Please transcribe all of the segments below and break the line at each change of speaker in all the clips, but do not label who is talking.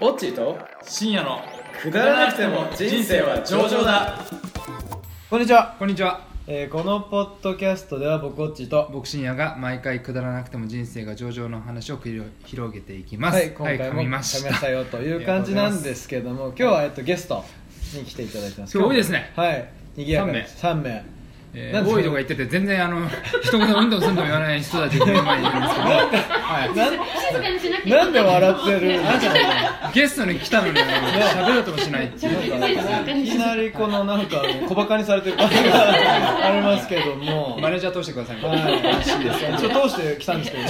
オッチーと
深夜の
く
だらなくても人生は上々だ
こんにちは、
こんにちは
えーこのポッドキャストでは僕オッチーと
僕深夜が毎回くだらなくても人生が上々の話を繰り広広げていきます
はい今回も
噛
噛
み
み
ま
ま
し
したたよという感じなんですけども今日はえっとゲストに来ていただいてます
今日多いですね
はい賑やかです三名
え
な
ー
んで
多いとか言ってて全然あの一言うんともすんとも言わない人たちが目の前にいるんです
静かにしなきゃいけ
な
ない
んなんで笑ってるなんか
けどゲストに来たのにあの喋ろうともしないっていう
いきなりこのなんかあの小バカにされてる感じがありますけども
マネージャー通してくださいみたいな
はい、
話ですよ
一応通して来たんですけど、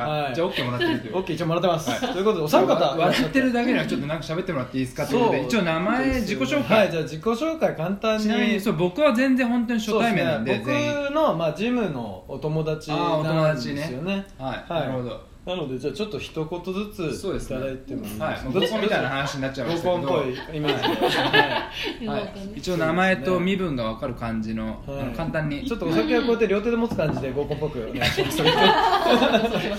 は
はいい、
じゃあ OK もらってるという
オッケー一応もらってます。ということで、お三方、
わ笑ってるだけならちょっとなんか喋ってもらっていいですかっていうことで一応名前自己紹
は
介
い、じゃあ自己紹介簡単に。
ちなみにそう僕は全然本当に初対面なんで
そうす
全員
ね僕のまあジムのお友達
あーお友
なんで
達
す
ね
よね。
はい、
はい
なるほど
なのでじゃあちょっと一言ず
そうで
つい
すね
ただいてもいいです
はい、
か。
合コンみたいな話になっちゃいま
合
したけ
コンっぽい
ど
イメージでは
はい
一応名前と身分が分かる感じの、
はい
あの簡単に
い。ちょっとお酒をこうやって両手で持つ感じで合コンっぽくお願いします。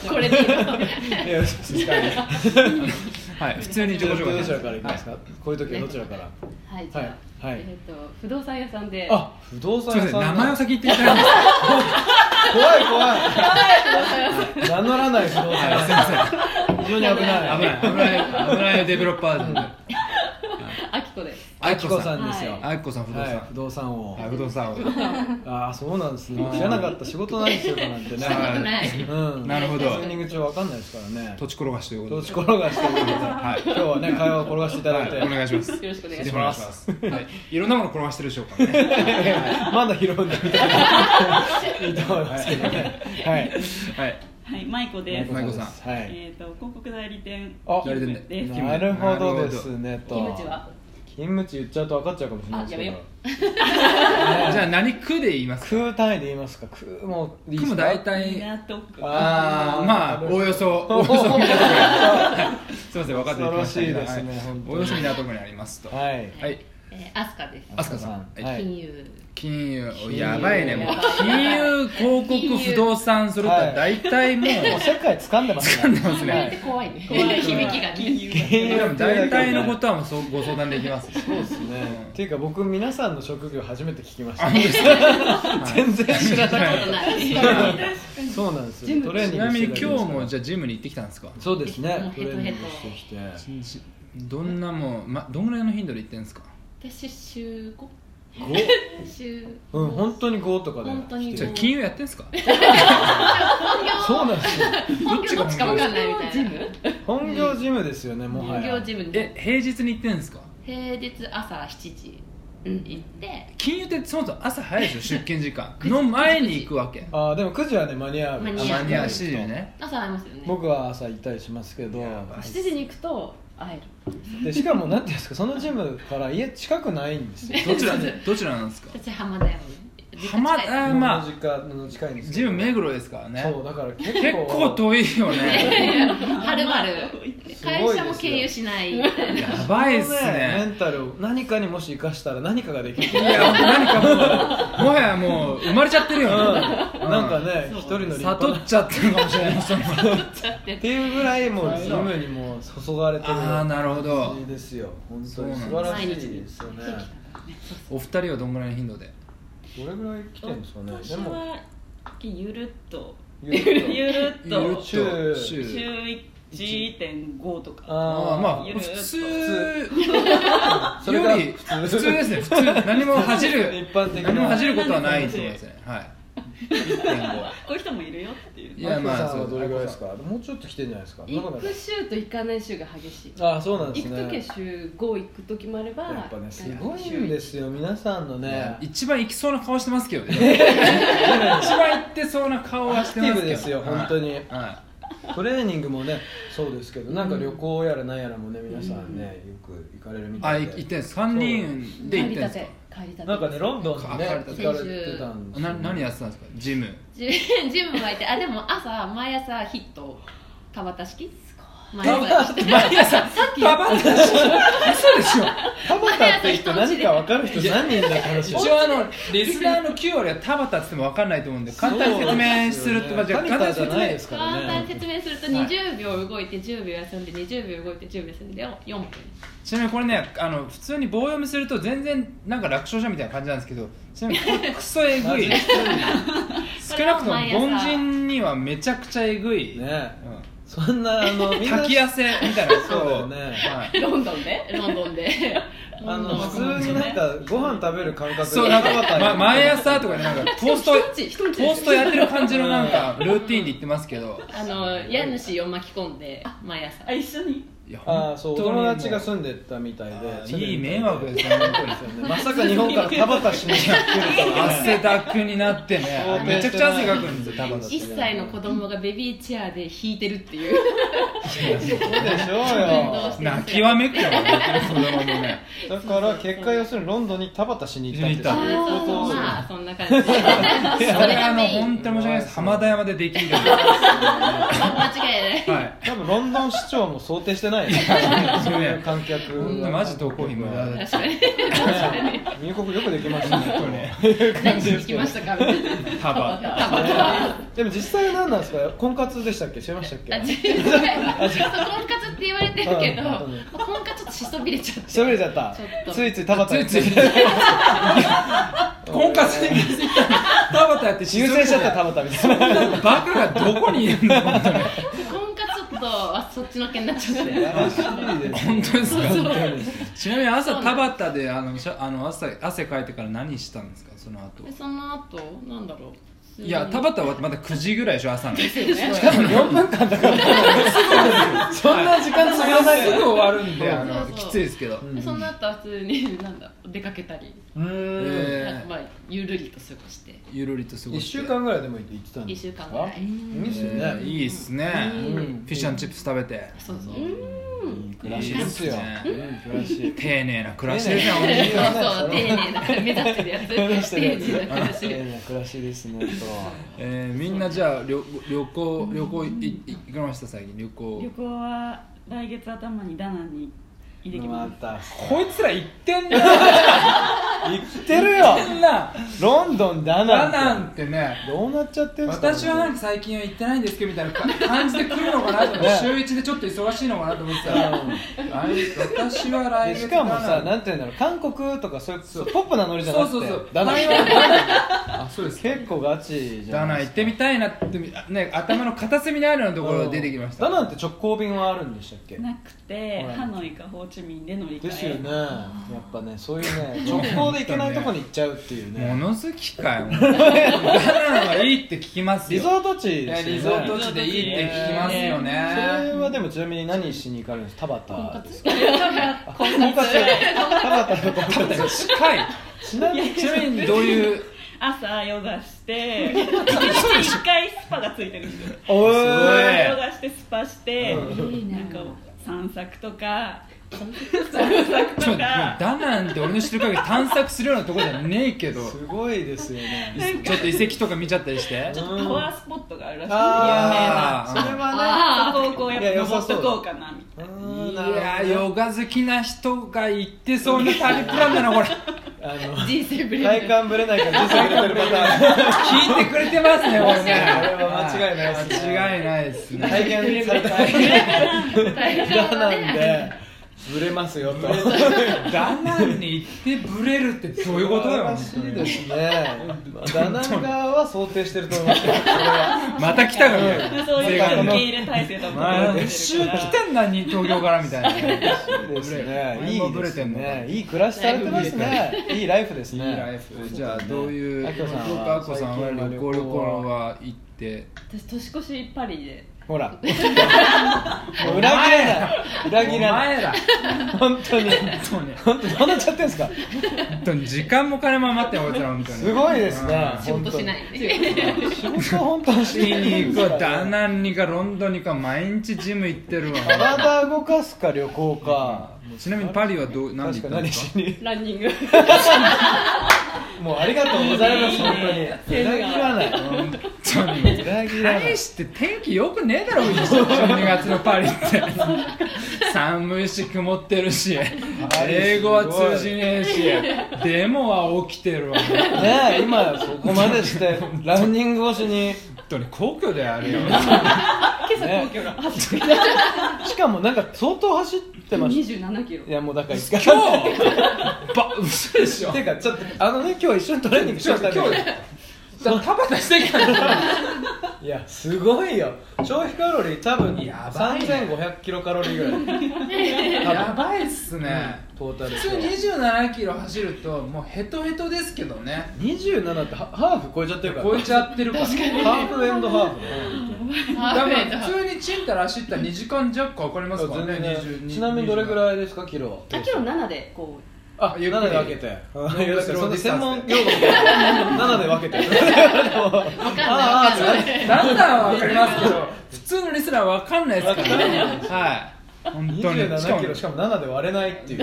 これで
いや静かに
はい、普通に自己
ど
紹介
ちらからいきます
は
か。こういう時はどちらから。
はいじゃあ、
はいはい
えっ、と不動産屋さんで
あ、不動
い、す
産
みま
屋
せ
さ
ん
んだ
名前を先言っていただいてす
怖い怖い名乗らない不動産
はい
屋
すい
さ
ま
ん
せん
非常に危ない
危ない危ない危ないデベロッパーなんで
あきこです
あ
きこさん
は
で
い
すよ
あいこさん不動
はい不
産
動産王
はい不動産
ああそうなんですね知らなかった仕事ないですよなんてね
したこと
は
ない い
うん
なるほど
リスニング中わかんないですからね
土地転がしというこ
ど
と
っ
で
ち転がしてくださ
はい
い今日はね会話を転がしていただい
はい、お
て
願いします
よろしくお願い
ぜ
し
ひお願
ま
いし
す
ますはい、いろんなもの転がしてるでしょうからね
まだ拾うんだみたいないいと思いますけどねはい
はい、
はい、舞子です。
舞子さん
ですはい
えっ、と、広告代理店。
あ
代理店で
です。
なるほどですねと
キムチは
勤務地言っちゃうと分かっちゃうかもしれないですけど
あや
じゃあ何区で言いますか
空単位で言いますか空もいい
区
です
も
か
大体
港区。
あーまあおおよそおおよそ港区にはいすいません分かってきましたけど
恐ろしいですね
はい
本当
お
に
およそ港区にありますと
はい
はい
えー、アスカです
飛鳥さん
は
はい
い
金融
金融
金融
やばいねもう金融広告不動産それとは大体もう
もう世界掴んでますね
掴んでますね
金融って怖いね
怖い
響きがね
金融。
金融
でも大体のことはもうそうご相談できます
そうですね、
うん
っていうか僕皆さんの職業初めて聞きました、
あ本当ですか
全然知らなか
そんなこと
っ
ない
たそうなんです
ジ
よ
ム
トレーニン グ
ちなみに今
して
日
たんですから
もじゃあジムに行ってきたんですか
そうですね
も
ト
うヘ
レ
トヘト
ーニングしてきて
しどんなもう、ま、どんぐらいの頻度で行ってんですか
私週五週
5うん本当に5とかで
本当
来
に
じ
て
ゃあ
る
金融やってんすか
そうなんですよ
本業どっちかわかんないみたいな
本業ジムですよねもは
本
や
業ジム
え
で
平日に行ってんですか
平日朝7時に行って
金融ってそもそも朝早いでしょ出勤時間の前に行くわけあ
あーでも9時はね間に合う
間
間
に合う
に合うしね
朝会いますよね
僕は朝行ったりしますけど
7時に行くと会える
でしかもなんていうんですかそのジムから家近くないんですよ
どちらどちらなんですか
私浜田山で
浜田
近い
あまあ
同じかの近いんですけ
ジ
ど
ム目黒ですからね
そうだから結構
結構遠いよね
はるばる会社も経由しないみたいな
やばいっす
メ
ね
ンタルを何かにもし生かしたら何かができる
いや何かもうもはやもう生まれちゃってる
うん
よね、
なんかね
そう
一人の立派
悟
な
っちゃってるかもしれないその
っていうぐらいもうジムにもう注がれてる
ああなるほど
感じですよ本当
そうなん
に
だ
素晴らしいですよね
お二人はどんぐらいの頻度で
どれぐらい来てるんですかね
私
でも
は。ゆるっと。
言うと
ゆるっ
ゆる
と。
っと
週
週
週
1.5とか。
あー
あー
まあ
ゆる
普
っと
通
それ
よ
が
り
普
普
通
通ですね普通何も恥じる
一般的な
何も恥じることはないと思いますねはい1.5
こういう人もいるよっていう。
いやまあ
マキさん
そ
は
う
どれぐらいですかもうちょっと来てんじゃないですか
行く週と行かない週が激しい
ああそうなんで
行
す
く
ね
時は週5行く時もあれば
やっぱねすごいんですよ皆さんのね
一番行きそうな顔してますけど ね一番行ってそうな顔はしてますけ
アクティブ
ど
ですよ
はい
本当に
は
トレーニングもねそうですけどなんか旅行やらなんやらもね皆さんねよく行かれるみ
いあ
たい
行って
で
んです3人で
帰
行ってん
り
で
た
すか
て帰りたて
なんかねロンドンでね
か
行かれてたんですよ
な何やってたんですかジム
ジムジムがいてあでも朝毎朝ヒット田畑式毎朝
毎朝
さっき
パパッと嘘でしょ
田畑って言って何か分かる人何人いるんだって話
一応あのリスナーの9割は田畑って言っても分かんないと思うんで簡単に説明するとまあじゃあ簡
簡
単に
単じゃ
説
ないで
明
すから
簡単に
ね
説明すると20秒動いて10秒休んで20秒動いて10秒休んで4分
ちなみにこれねあの普通に棒読みすると全然なんか楽勝者みたいな感じなんですけどちなみにこれクソえぐい少なくとも凡人にはめちゃくちゃえぐい、
ね
うん
そんな あのみんな
炊き汗みたいなこと
そうだよね
はい
ロンドンで
ロンドンで
あの普通になんかご飯食べる感覚で
そうなん
田
か、
畑
ま、毎朝とかね なんかトースト
一口一口
トーストやってる感じのなんかルーティンで言ってますけど
あの家主を巻き込んで毎朝
あ一緒に
いや
ああそうお友達が
う
住んでたみたいで
いい迷惑ですよ本当に
まさか日本から田畑しに来るとはね
汗だくになってね
想定してない
めちゃくちゃ汗かくんですよ多分
1歳の子供がベビーチェアで引いてるっていう
そうでしょ
運動
う
し
よ
て
泣きわめくよね子供もね
だから結果要するにロンドンに田畑しに行った
あ
ってそういう
ー
ことですよ
まあそんな感じでそ
それ
れ
は
が
あの
メイ
本
ン
当に申し訳ないです浜田山でできる
間違いない
はい
多分ロンドン市長も想定してないよねそういう観客
ほんとマジ渡航費無駄だ
確かに
ね入国よくできました
本当ね
ね
何しに来ましたかみたいな
タバ
でも実際は何なんですか婚活でしたっけ知りましたっ
あ
け
違う婚活って言われてるけど
うん
まあ婚活ちょっとしそびれちゃって
しゃべれちゃった
ちょっと
ついつい田畑
ついつい婚活に気づいた田畑やって
優先しちゃった田畑みたいな
バカがどこにいるんだ本当に
婚活ちょっとあそっちのけになっちゃって
やらしいです
本当ですか
そう
ちなみに朝田畑であのしゃあの汗汗かいてから何したんですかその後
でその後なんだろう
いや田畑はまだ9時ぐらいでしょ朝のす
しかも4分間だからそんな時間つらない
ぐ終わるんであ
そう
の
そう
きついですけど
でその後は普通になんだ出かけたり、
うーん
えー
なんかまあゆるりと過ごして
ゆるりと過ご
1
して
週間ぐらいでも行って行ってたんで
1
す
週間ぐらい
いいっすよ
えー
ね
いいっすね
う
フ
ん
ィッシュチップス食べて
そうそう、
いい暮らしですよ
いいっす
う
ね
ん暮らし
丁寧な暮らしですね
丁寧
そうそう丁寧な目指してる やつ丁寧な感
丁
じ
寧な暮らしですねと
えーみんなじゃあ旅旅行旅行いい行きました最近旅行
旅行は来月頭にダナンに行ってき
ま
ま
た
こいつら行ってんな
行ってるよ
な
ロンドンだ
ダ
な
ナンってね
どうなっちゃってんすか
私はなんか最近は行ってないんですけどみたいな感じで来るのかなと思って
ね
週一でちょっと忙しいのかなと思ってたら来私は
で
来
し
月
かもさ
ダナ
な
ン
んて言うんだろう韓国とかそういうポップなノリじゃ
そ
な
う
くて
そうそう
ダナン
台湾ダナンあそうです
結構ガチじ
ダ
ゃ
ナ
な
ン
い
行ってみたいなってね頭の片隅にあるようなところが出てきました
ダナンって直行便はあるんでしたっけ
すなくて
はい
ハノイかホーチミンで乗り換え
ですよねやっぱねそういうね直行で行けないとこに行っちゃうっていうね
物好きか よダナンはいいって聞きますよ
リゾート地
い
で
や
すよね
リゾート地でいいって聞きますよね
それはでもちなみに何しに行かれるんですか田畑ですか
ね
婚活田畑の婚活
近い
ちなみに
ちなみにどういう
朝ヨガ して一日一回スパがついてるんですよ
お
す
ーい
ええ
ヨガしてスパして
うん
いい
な
なん
か散策とか散策
ちょ
とか
ダナンって俺の知る限り探索するようなとこじゃねえけど
すごいですよね
ちょっと遺跡とか見ちゃったりして
ちょっとパワースポットがあるらしい
あ
ー
あそれはね
有名な
あ
そこをこうやっ
いや
ぱ
良さ
登っ
そう
とこうかなみたいな
うーん
い
なるほど
やーヨガ好きな人が行ってそうな旅プランだなこれ
あの
人生ぶれ
体
る
幹ぶれないから実際入れてるパター
聞いてくれてますねこれね
これは間違いないっすね
間違いないです
ン
ね
体験された体
体幹
が
は
なん
ね
でぶれますよと
ダナンに行ってブレるってどういうことだよ
らしいですねまあダナン側は想定してると思いますけどそれは
また来たかみたいな
そういう
こ
受
の
け入れ体制だと思
まあ
ってる
一周
から
来てんなに東京からみたいな
ですね
ブレ
いい
ブ
で
レて
す
んの
ねいい暮らしされてますねいいライフです
いいライ
ね
フじゃあどういう
あきこさんは
どうかあこさんは旅行
最
旅
近
行
は
は行って
私年越しパリで
ほらも う裏切らない裏切らない
お前ら
本当に
そうね
本当どうなっちゃってんすか
本当に時間も金も余ってんこいつら本当に
すごいですね
仕事しない
本当に仕事は本当にし
シに行く
か
わダ
らね
ナンにかロンドンにか毎日ジム行ってるわ
体動かすか旅行か
ちなみにパリはどう何で
確
行った
か
ん
何
です
し
か
に
ランニング
もうありがとうございま
い
す
いね
本当に
セー
裏
ルが
切らない本当に裏切らない
何して天気よくねえだろ12月のパリって寒いし曇ってるし英語は通じねえしデモは起きてるわ本
ねえ今そこまで してランニング越しに
当に皇居であれよ
今朝皇居が走って
しかもなんか相当走ってまし
27キロ
たいやもうだから一回
今日ば嘘でしょ
ていうかちょっとあのね今日一緒にトレーニングし
ちょ
ま
っ
し
と
た
今日
ね
だパパ出してきたんだ
いやすごいよ消費カロリー多分
やばいね
3500キロカロリーぐらい多分
やばいっすね、
トータル
普通27キロ走るともうヘトヘトですけどね
27ってハハーフ超えちゃってるから
超えちゃってるから
ハーフエンドハーフ
だから普通にチンタラ走ったら2時間弱かかりますからね
全然
22
ちなみにどれぐらいですかキロは
あキロ7でこ
あ
ゆっくり
7で分けて
ー
いやだからその専門用語みたいな7で分け て
わかんない
あ
わ
ー
かんない
だんだん分かりますけど普通のリスナーは分かんないですからねはい本当にしか
27
も
キロしかも7で割れないっていう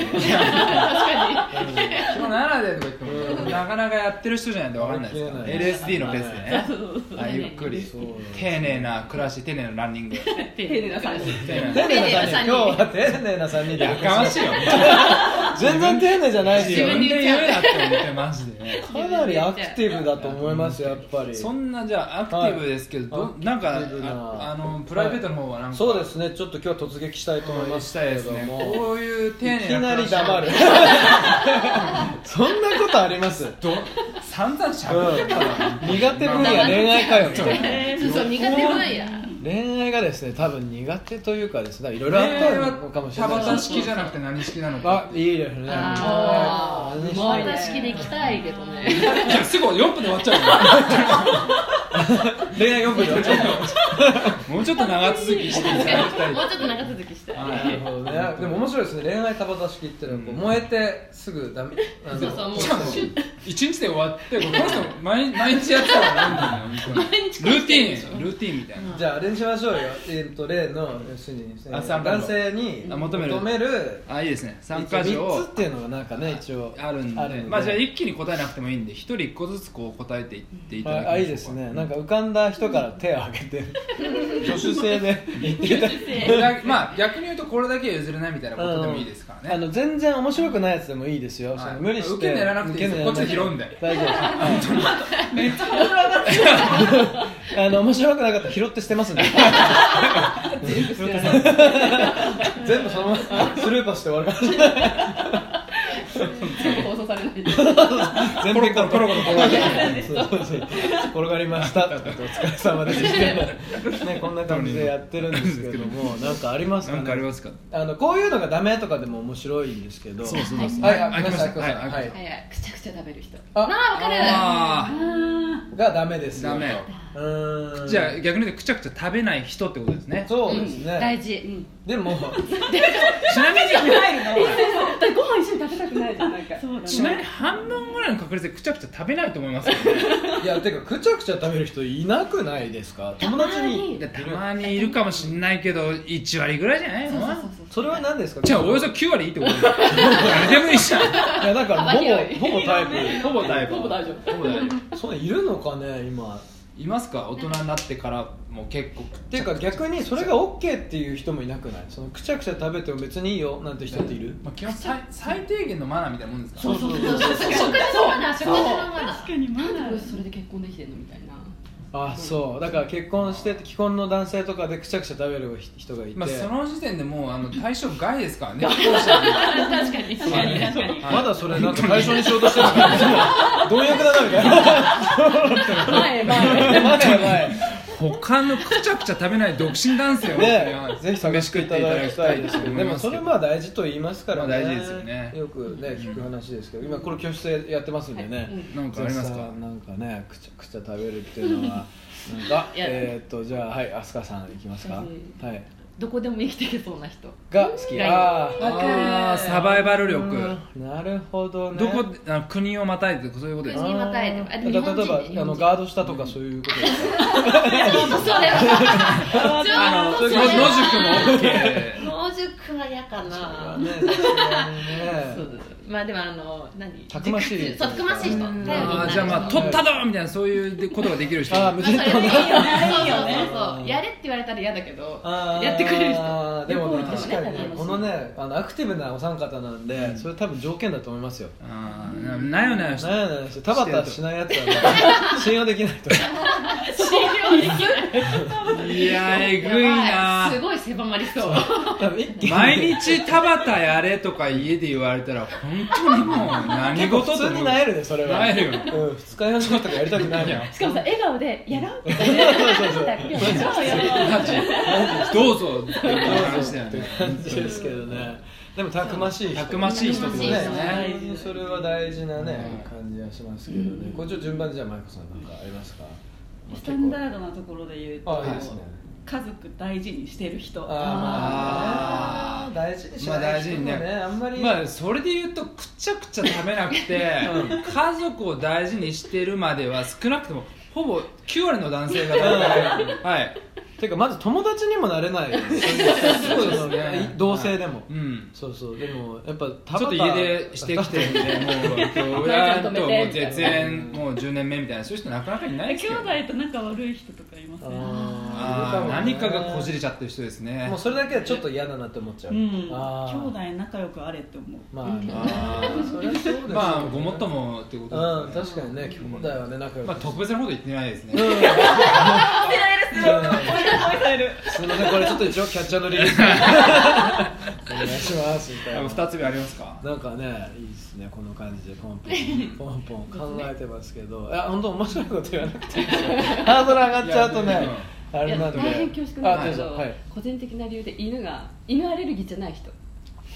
その7でとか言ってもなかなかやってる人じゃないと分かんないですから
分かんない
LSD のペースでねあゆっくり
そう
丁寧な暮らし丁寧なランニング
う丁寧な感じ
丁寧な
丁寧な3人
丁寧な三人
今日は丁寧な3人で
やかましいよ
全然丁寧じゃないし
自
よ
分で言うなって思ってマジで
かなりアクティブだと思いますやっぱり
そんなじゃあアクティブですけど、
はい
どなんか
アクティブな
ああのプライベートの方はなんか、
そうですねちょっと今日は突撃したいと思います
したいですね
けれども
こういう丁
いき
寧
な
な
り黙る そんなことあります、うん、
ど散々しゃべってたから、
苦手分野恋愛かよみたいな
そうそう苦手分や
恋愛がですね多分苦手というかですねいろい
これ
ろあ
は
ったのかもしれ
田
ない
畑式じゃなくて何式なの
あ
か
いいですね
ああ
何して
ー
んの
まいね
私式で行きたいけど
い
ね
やすぐ4分で終わっちゃ
恋愛4分で終わっちゃっ
うよもうちょっと長続きしていただきたい
もうちょっと長続きしたい
たなるほどねでも面白いですね恋愛田畑式っていうのはこう
うん
燃えてすぐダメあの
そうそうもう
しかも一日で終わってこの人毎 毎日やってたら何ていうのル
毎日こう
ー
してる
テ
でし
ィ
ょ
ーンルーティーンみたいな、
じゃああれにしましょうよ、えっと例の要するにえ
あ
ー
三冠
男
王
性に
あ求める
求める
あいいですね参加条
一応
を
三つっていうのがなんかね一応
あるんで
で
まあじゃあ一気に答えなくてもいいんで一人一個ずつこう答えていっていただきましょう
あ
か
あいいですねなんか浮かんだ人から手を挙げ て助手制で言っていただいて
これだけまあ逆に言うとこれだけは譲れないみたいなことでもいいですから
あ
ね
の全然面白くないやつでもいいですよ、
い
その無理して
受け狙わなくていいですよ
受け狙わなくて
こっちで拾うんで
大丈夫ですはいあの面白くなかったら拾って捨てますんで全部そのままスルーパスして終わるから
う全部放送されないで
全部
コロコロコロコロ
転がりそうそう転がりましたって言ってお疲れ様ですみたいなねこんな感じでやってるんですけどもなんかありますか,、
な
ね、
んかありますか
あのこういうのがダメとかでも面白いんですけど
そうそうそう
はい、あ
はい
ごめんなさいごめん
は
ないさい
はい
は
はいいはいくちゃくちゃ食べる人
あ
あーわか
あ
がダメで
ー
すよ
ダメ
うーん
じゃあ逆に言うとくちゃくちゃ食べない人ってことですね
そう
る
です
うん大
ね、
事うん
でも
ちなみに
ご飯一緒に食べたくないじゃんなんか
ちなみに半分ぐらいの確率でくちゃくちゃ食べないと思いますよね
いやてかくちゃくちゃ食べる人いなくないですか友達に
いやたまにいるかもしんないけど1割ぐらいじゃないの
それは何ですか
じゃあおよそ9割いいってことだよ誰でもいいじゃん
いやだからほ
幅広い
ぼほぼタイ
ほぼ大丈夫
ほぼ大丈夫
ほぼ大丈夫
プそんないるのかね今
いますか大人になってからも結構
っていうか逆にそれが OK っていう人もいなくないそのくちゃくちゃ食べても別にいいよなんて人っている
まあ、基本最最低限のマナーみたいなもんですから
そうそうそう
食事のマナー食事のマナー
かにまだ
それで結婚できてんのみたいな
あそうだから結婚して既婚の男性とかでくちゃくちゃ食べる人がいて、
まあ、その時点でもうあの対象外ですからね
確かに確かに確かに
まだそれなんか対象にしようとしてるのか貪欲だなみたいな
前前
前前
他のくちゃくちゃ食べない独身男性を、
ね
ね、
ぜひ探していただきたいですけどでもそれまあ大事と言いますからね、
まあ大事ですよね
よくね聞く話ですけど今これ教室でやってますんでね、
なんかあります
じゃあ
か
さなんかねくちゃくちゃ食べるっていうのはなんか
いや
えーっとじゃあはい飛鳥さんいきますか
私
はい
どこでも生きていけそうな人
が好き
がいい
あー
わかる
あーサバイバル力、
うんなるほどね
どこであの国をまたいでとかそういうことです
国
か
にまたいでもあでも
例え
日本人
ば
日本人
あのガード下とかそういうことですか
そうそうそれは
あの野
そうそう
宿も OK
野宿ずくわやかな、
ねさすがにね
そうまあでもあの何
たくましい
そうたくましい人
う
頼り
ん
になる人
あーじゃあまあ取ったどみたいなそういうことができる人
あー
ま
無
あそれ
人
でいい
島
よね
ね
そうそうそう
う
そ
ん
うやれって言われたら嫌だけど
あー
やってくれる人
でもね
旅行と
確
かね
かにねこのねあのアクティブなお三方なんで、
うん
それ多分条件だと思いますよ
あーななよなよして
なんやなんやしてタバタしないやつは、ね、信用できないと
いやえぐい
やば
な
すごい狭まりそう
多分一気に
毎日田畑やれとか家で言われたら本当にもう何
結構
事
普
と
通
思
に
う
なえるねそれは
なえるよね
うん、二日酔いのことかやりたくないもん
いや
しかもさ笑顔で「やろう」って
そうそうそう
言ってたらやろうよ
マジ どうぞっていう話だよ
って
ね
感じですけどねでもたくましい人
たくましい人ってことですね
ねそれは大事なね、
うん
感じはしますけどねこれちょっと順番でじゃあマイコさんなんかありますか
スタンダードなところで言うと
あいいですね
家族大事にしてる人
あーまあ大事にしない人もね,、
まあ大事にね
あんまり、
まあそれで言うとくちゃくちゃ食べなくて家族を大事にしてるまでは少なくともほぼ9割の男性がはい
ていうかまず友達にもなれないよね
そうですね
同性でも、
うん
そうそうでもやっぱ
ちょっと家出してきてるんでもう親ともう絶縁もう10年目みたいなそういう人なかなかいない
兄
ですけど
弟と仲悪い人とかいません、
あ
あ
ー
ー何かがこじれち
ゃ
ゃってる人ですね
もうそれだけはちょっと嫌だなって思っちゃう、
うん、兄
あー
弟仲良くあれっ て思う
まあ、ね、
あー
そりゃそうですよね
まあごもっともってこと
うん、
ですね
確かにね、兄弟はね、仲良く。
まあ特別なこと言ってないです
うん。
ね
すみません、これちょっと一応キャッチャー のリリース。お願いしますみたいな。
2つ目ありますか
なんかね、いいですね、この感じでポンポン、ポンポン考えてますけ ど、いや、本当面白いこと言わなくていいですよ。ハードル上がっちゃうと
いや
ね
でも、
あれなんで。
大変恐縮なんだけ
あ
ど、
どうぞはい
個人的な理由で犬が犬アレルギーじゃない人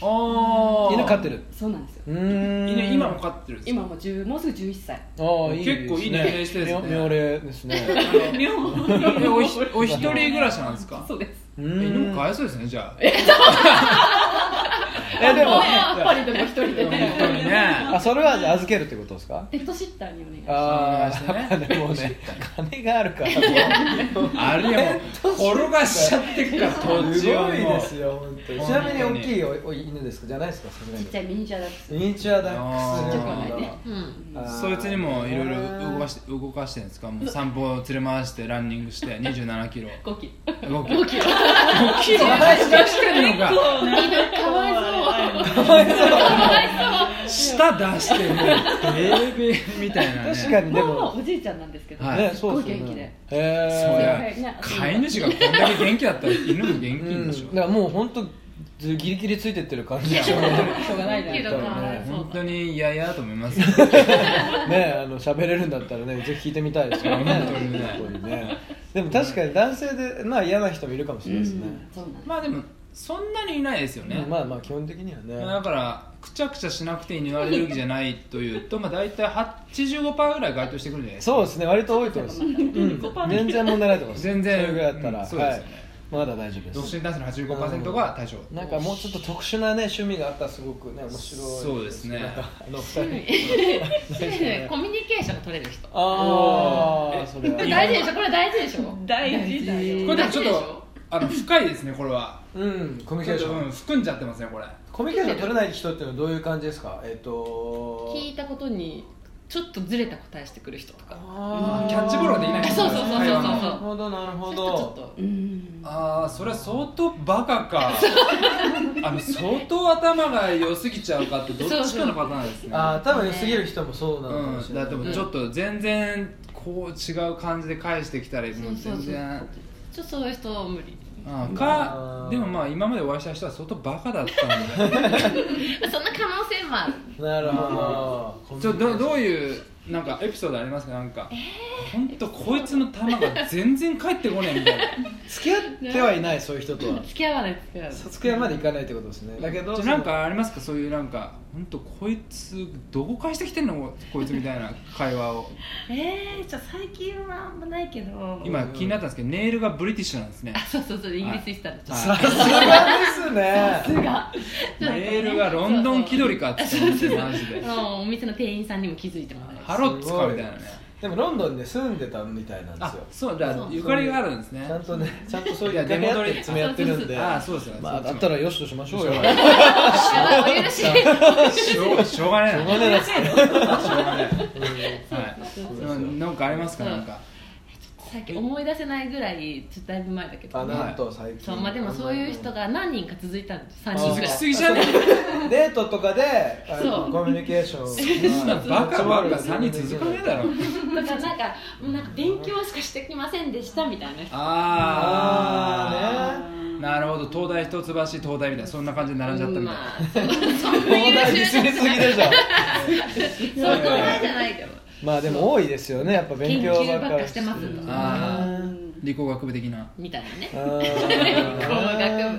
ああ
犬飼ってる。
そうなんですよ
うーん。
犬今も飼ってるんですか
今もう10もうすぐ11歳
ああ、いいですね。
結構いい年齢してるんですね
妙妙齢ですね。
えおひお一人暮らしなんですか
そうです
え
うーん
犬もかわいそうですねじゃあ
え、でも、
やっぱりでも一人で
本
ね
当にね
あ、それは預けるってことですか。
ペットシッターにお願いします
あ
そうなん
あ、
ですね
でもね、金があるからもう、
あれやもう転がしちゃってっから土
す
地を
ごい
も
で
う
すよ、本当
本
に。
当に
ちなみに大きいおお犬ですか、じゃないですか、さすが
ちっ
に。
ちゃいミニチュアダックス
ミニチュアダックス
あーちっちゃくはないね
うん
あー
そいつにもいろいろ動かして動かしてるんですかもう散歩を連れ回してランニングして2 7キロ
5キ
動き動き動き出してるのか
かわいそう
舌出してるベーベーみたいなね
確かにで
ロもうも
も、
うおじいちゃんなんですけど、
はい
ね、そうです
すごい
よ
元気で
ね。へ
そり
え。
ゃ飼い主がこんだけ元気だったら犬も元気いいんでしょ
うん、だからもう本当ギリギリついてってる感じ
いや
ね
しょうがないじゃない
け
です
ど
か
かわいそう
本当に嫌々と思いますよ
あの喋れるんだったらねぜひ聞いてみたいですけどね
本当にね
本当にねでも確かに男性でまあ嫌な人もいるかもしれないですね、
そうなんです
まあでもそんなにいないですよね、
まあまあ基本的にはね、
だからくちゃくちゃしなくて犬アレルギーじゃないというとまあ大体85%ぐらい該当してくるんじゃないですか
そうですね割と多いと思います、うん、全然問題ないと思います
全然
それぐらいだったら、
うんそうですよね
はい、まだ大丈夫
独
です
身男性の85%が対象
なんかもうちょっと特殊なね趣味があったらすごくね面白い
そうですね
なんかあの二人
コミュニケーションが取れる人
あ
おー
あそれは
これ大事でしょこれ大事でしょ
大事だよ
これでもちょっとあの深いですねこれは
うんコミュニ
ち
ケ
ょっ
ーショ
と
ン、
うん含んじゃってますねこれ
コミュニケーション取れない人っていうのはどういう感じですかえっ、と
聞いたことにちょっとずれた答えしてくる人とか
あー
キャッチボールができない人
そうそうそうそうそう
会話
なる
の
ほどなる
そ
ほ
ういう人ちょっ
ど
と
うん
ああそれは相当バカ かあの相当頭が良すぎちゃうかってどっちかのパターンですね
ああ多分過ぎる人もそうなのかも
う
し
ん、だ
れな
っ
い、
てもうちょっと全然こう違う感じで返してきたりもう
そう
全
そうそう
然
ちょっとそういう人は無理
あ
う
か
ん
でもまあ今までお会いした人は相当バカだったんで
そんな可能性も ある
なるほど
ちょどどう
う
いうなんかエピソードありますかなんか本当、こいつの球が全然返ってこないみたいな
付き合ってはいないそういう人とは
付き合わない付き合わない
付き合いまでいかないってことですねだけど
じゃあなんかありますかそういうなんか本当こいつどこ返してきてんのこいつみたいな会話を
えー、じゃあ最近はあんまないけど
今気になったんですけどネイルがブリティッシュなんですね
あそうそう そうイギリス行ったらちょっ
さすがですね
すが
と
ネイルがロンドン気取りかって言ってマジで
あのお店の店員さんにも気づいてもらえる
ハロッツかみたいなね
でもロンドンで住んでたみたいなんで
あ
すよ
そうだ
そう
ゆかりがあるんですね
ちゃんとねちゃんとそう
い
い
や
う
出戻り
詰めやってるんで
ああそうですよね
まあ
そ
だ
っちも
ったらよしとしましょうよ
しょうが
し
あお許し
しょうしょうがねえ
ょう
な
がねえなっつって
しょうがねえはい
そうそ
そう
う
うんなんかありますかなんか
さっき思い出せないぐらいちょっとだいぶ前だけ
あ
ど
なんと最近
そうまあでもそういう人が何人か続いたんです3人
続
ぐ
き
らい
すぎじゃね
デートとかであの
そう
コミュニケーション
えそんなバカバカ3人続かねえ だろ
とかなんかもうなんか勉強しかしてきませんでしたみたいな人
あ
あ
あなるほど東大一橋東大みたいなそんな感じで並んじゃったみたい
ま
な
あそう
ーね東大ミスりすぎでしょ
そういうことないじゃないけど
まあでも多いですよねやっぱ勉
研
強
究
ばっ
ばっ
か
か
り
してますとか
ああ
うん
理工学部的な
みたいなね
あ
工学
ー
部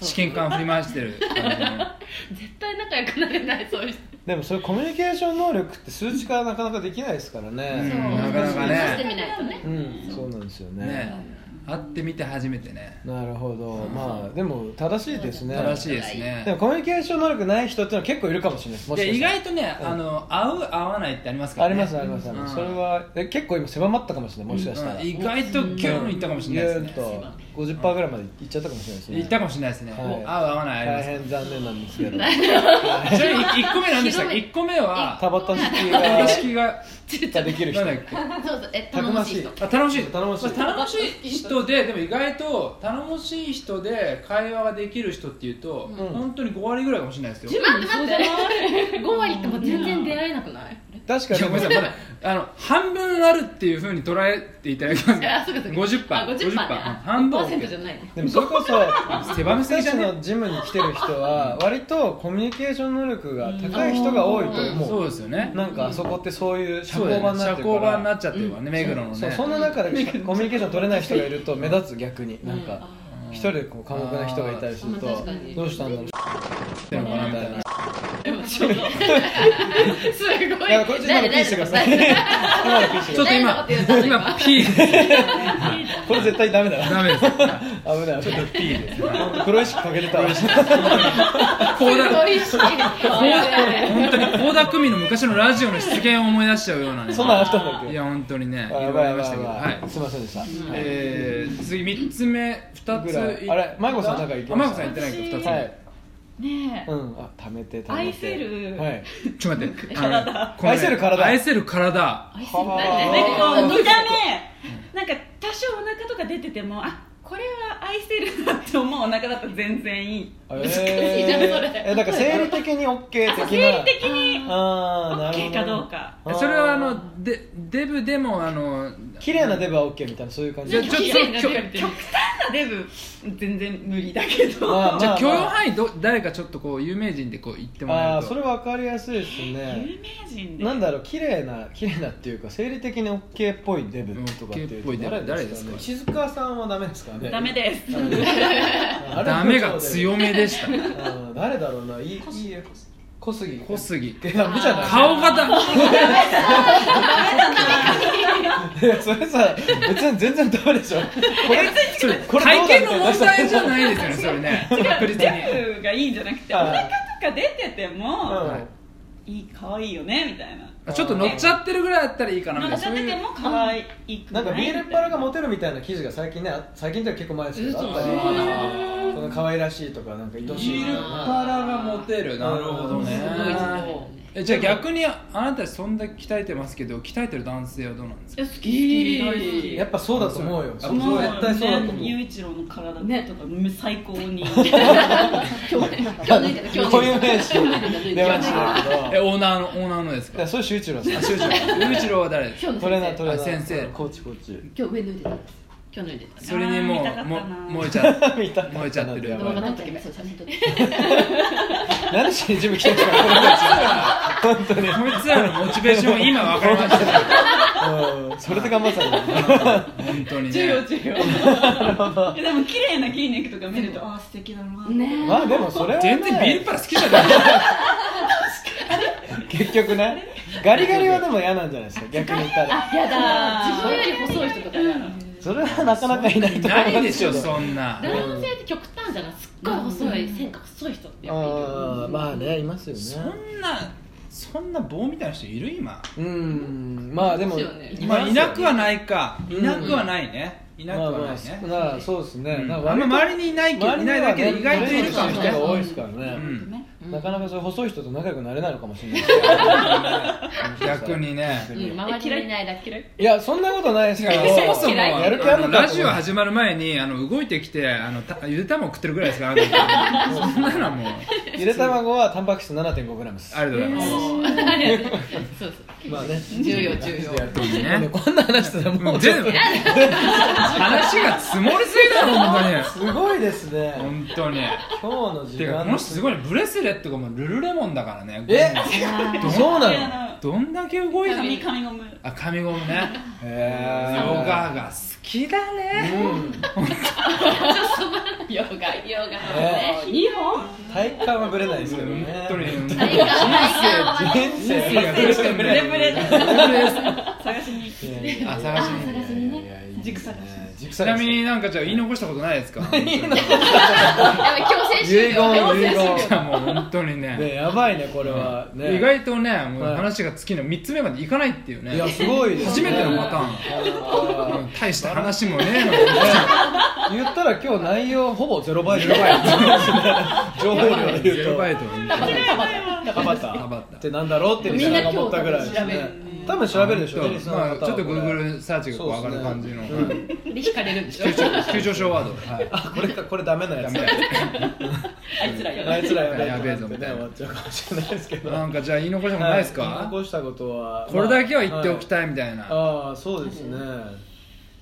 そう
試験管振り回してるあ
絶対仲良くなれないそういう人
でもそういうコミュニケーション能力って数値化なかなかできないですからね
そうなかなかね
してみないとね
うんそうなんですよ
の
ね
ね会ってみて初めてね
なるほどまあでも正しいですね
正しいです
でも
ね
コミュニケーション能力ない人っていうのは結構いるかもしれないですもしか
で
し
意
たら
外とねあの合う合わないってありますか
あ
ら
り
ね
ますありますあります
うん
それはえ結構今狭まったかもしれないもしかしたら
うん意外とキュンいったかもしれないです
ぎゅ
ね
ーっと50%ぐらいまでいっちゃったかもしれないですね
いったかもしれないですね
はい
合う合わないありま
大
す
変残念なんですけど
ちなみに1個目何でしたっけ
ひど
1
い
個目は
タバタ式
タ
が
式が
できる
な
人
んだっけ
そうそうえ
たく
頼
ま
も
し
し
い
い人
あ楽しい
頼もしい
まあ楽しい人ででも意外と頼もしい人で会話ができる人っていうと、
うん
本当に5割ぐらいかもしれないですよ、
待って待って5割ってもう全然出会えなくない
確か
いや
に
ごめんなさいまだあの半分あるっていうふうに捉えていただきます
あそうかそうか
50%
あ
う
50%ね
ん
あ
半分
5%じゃないね
でもそれこそ
狭めすぎ
私
じゃ
たち
ね
のジムに来てる人は割とコミュニケーション能力が高い人が多いと
うん
思
そう
う
ですよね
なんかあそこってそういう社
そう
交
だよね
場になっ
社
てる
交
か
場にな
ら
っちゃってるわね目黒のね
そうそんな中でコミュニケーション取れない人がいると目立つ逆になんか
うん
一人でこう寡黙な人がいたりすると
あーまあ確かに
どうしたんだろう
ってのかなみたいな
すごい
いやこっち今のピーしてください今のピーして
ち
く
ょ
だ
っと
さ
今
い
今ピー
これ絶対ダメだな
ダメです
危ない危ない
ピーです
本当黒い意識かけてた
こうだ
意識
本当に倖田來未の昔のラジオの出現を思い出しちゃうようなね
そんなんあったんだっけ
いや本当にね
あ
言
や
わ
ばい
れ
や
まし
ば
た
い
けど
や
はい
ばいすいませんでしたはい
えー次3つ目2
ぐ
つ
らいあれ迷子さんなんか行き
あ
ま
マ
し
コさん
た
行ってないけど2つ目、
はい
ねえ
うんあ貯めて貯めて
愛せる
はい
ちょっと待 ってあの
体
このね
愛せる体
愛せる体
愛する
は
なんかこう見た目なんか多少お腹とか出ててもあこれは愛せるなって思うお腹だと全然いい
難
しいじゃんそれ
えだから生理的に OK 的な
生理的に
あーなるほ
OK
ね
かどうか
あー
それはあのでデブでもあの
綺麗なデブは OK みたいなそういう感じ
じゃあちょ
綺麗なデブって
極端なデブ全然無理だけど、
まあ
じゃあ許容範囲ど誰かちょっとこう有名人でこう言ってもら
あ
え
あ
る
そ
と
れ分かりやすいですね
有名人で
なんだろう綺麗な綺麗なっていうか生理的に OK っぽいデブとかっていうと
OK っぽいデブ誰ですか
ね静川さんはダメですかね
ダメです
あれ
ダメが強めでした
あー誰だろうないいいい小杉
小杉
えダメじゃない
顔型
いや それさ別に全然ダメでしょこれ
それ
これどうだ
体型の
み
問
たい
題
な
じゃないですよねそれね 確実に
デブがいいんじゃなくてお
あー
腹とか出てても、
うん
いい可愛いよねみたいな
あちょっと乗っちゃってるぐらいだったらいいかなみ
なん
たい
か
な
出
そう
て
い
て
う
も可愛いく
なんかビールっ腹がモテるみたいな記事が最近ねあ最近というか結構前ですけどあったりその可愛らしいとかなんか愛しい
ビ
と
ール
か
パラがモテるなるほどね
す
ごいすごい
えじゃあ逆にあなたそんだけ鍛えてますけど鍛えてる男性はどうなんですか
好き大好き
やっぱそうだと思うよ
あ
そ
そう
う
もう
絶対そうだと思う
ね、雄一郎の体 とか、最高に
今日抜いてた今日
こう
抜
いう
いて
名詞出ました
え
けど
オーナーのオーナーのです
い
か
やそれ集中なんです
修一郎雄一郎は誰ですか
今日
トレーナートレーナー
あ先生
コーチコーチ
今日上抜いてた今日抜いて た
それにも
あー見たか
う
ったな
も燃えちゃう
見た
燃えちゃってる
やば
動
い
画撮っとけばそう写真撮って
何しにジム来てんのかこの人たち本当に
こいつらのモチベーション今分かりましたね
うんそれで頑張ってたんだね
本当に
重要
ね
重要でも綺麗な筋肉とか見るとああ素敵だな
ね
まあでもそれは
全然ビール
ね
パラ好きじゃない
結局ねガリガリはでも嫌なんじゃないですか逆に言ったら
あやだ自分より細い人とかやだ
それはなかなかいないと思いますけど
ないでしょ そんな
男性って極端じゃないすっごい細い線が細い人ってやっぱいる
あーまあねいますよ
そ
ね
んなそんな棒みたいな人いる今
うんまあでも
そうですよね
まあいなくは
ない
ないか
うん
いなくはないねいなく
まあ
は
ま
な
あ
いね
少なそうですね、
うん
な
あ
ん
んま
か割と
周りにいないけどいないだけで意外といるかもし
ね人
れない
が多いですからね、
うん
ね
なかなかそういう細い人と仲良くなれないのか もしれない
逆にね
う
うんん、周りにいないだけで
いやそんなことないです
そ
けど
もそも
嫌い
やる気あんのかと思う
ラジオ始まる前にあの動いてきてあのたゆで卵食ってるぐらいですからあ なたそんなのはもう
ゆで卵はタンパク質 7.5g
ありがとうございます
そうそう
まあね
重要重要
やってる
ね
ねこんな話してたらも
も
う
う
ちょっ
全部話が積もりすぎだろ
とすごいですね
本当に本当に
今日の時
てか
間
この人すごいねブレスレットがもうルルレモンだからね
えそうなのへ
あ
どんだけ動い
の
たの
髪髪ゴム
あ神ゴム ねヨ
え
ガが好きだね
うん
ヨガヨガ
え
ね
いい本
体幹はぶれないですけど
本
ね
当に人
体感体感
人生
生がブレ
ブレブレ 探しに
いやいやいや
あ探しに
探しにね
いやいやいやいや
軸探し
軸探し
ちなみになんかじゃあ言い残したことないですか
やばい強制終
遺
了
言遺言
いやもう本当にね
ねやばいねこれはね
意外とねもう
はい
話が尽きない3つ目までいかないっていうね
いやすごいです
初
ね
めてのパターンうん大した話もねえのに
言ったら今日内容ほぼゼロ倍ゼロ倍情報量で言うと
ゼロバイトみたいな
ハバタ
ハバ
っ
タ
てなんだろうってみんなが思ったぐらいです
みんな
ね
今
多分調べるでしょうねリスナ
ま
ー
あ
の
ち
方
ょっ
は
と
これ
Google サーチがこう上がる感じの
そうですね
はい
で引かれるんでしょ
急上急上昇ワードはい
あこれかこれダメなや
ダ
つ
メだ
あいつらや
あいつらやばい
やべえぞ
って
み
ね
たい
終
な
わっちゃうかもしれないですけ ど
なんかじゃあ言い残したことないです
は
か
残したことは
これだけは言っておき
い
たいみたいな
ああそうですね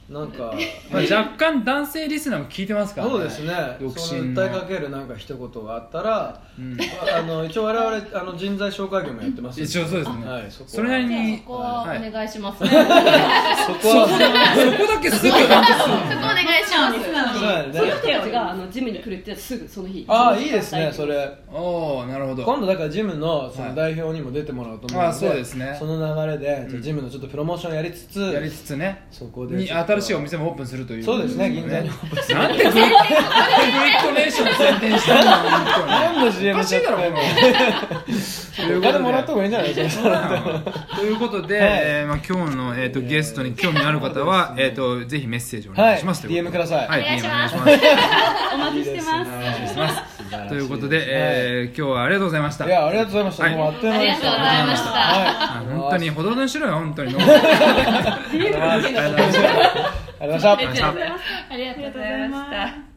なんか
まあ若干男性リスナーも聞いてますから
そうですね
独
そ
身
の
の
訴えかけるなんか一言があったら
うん
あの一応我々あの人材紹介業もやってますんで
一応そうですね
はいそこは
それなり
じゃあ
に
そこはお
はい
願いします、そこお
そこは
そこだけすぐ感じする
願いします
そうだよ
そういう
ね
人たちがあのジムに来るって言ったらすぐその日
ああいいですねそれ
おおなるほど
今度だからジムのそ
は
の
い
代表にも出てもらおうと思うので
あそうですね
その流れでじゃあジムのちょっとプロモーションやりつつ
やりつつね
そこで
に
ちょっと
新しいお店もオープンするという
そうですね銀座にオー プンする
なんでグイッグイッドネーションの宣伝してんの本
何の
当にお
CM
かしいだろこの
お金もらった方がいいんじゃな いですか
ということで、えーまあ、今日の、えー、とゲストに興味ある方は、えー、とぜひメッセージをお願いします、
はい
ということで
DM ください
はい、
お願いします
お願いしま
お待ちしてます
す
すということで、えー今日はありがとうございました
いやありがとうございました
はい
もうあっという間でした
ありがとうございました
あ
はい
本当にほどほどにしろよ本当 に
ありがとうございましたありがとうございました
ありがとうございました
ありがとうございました
す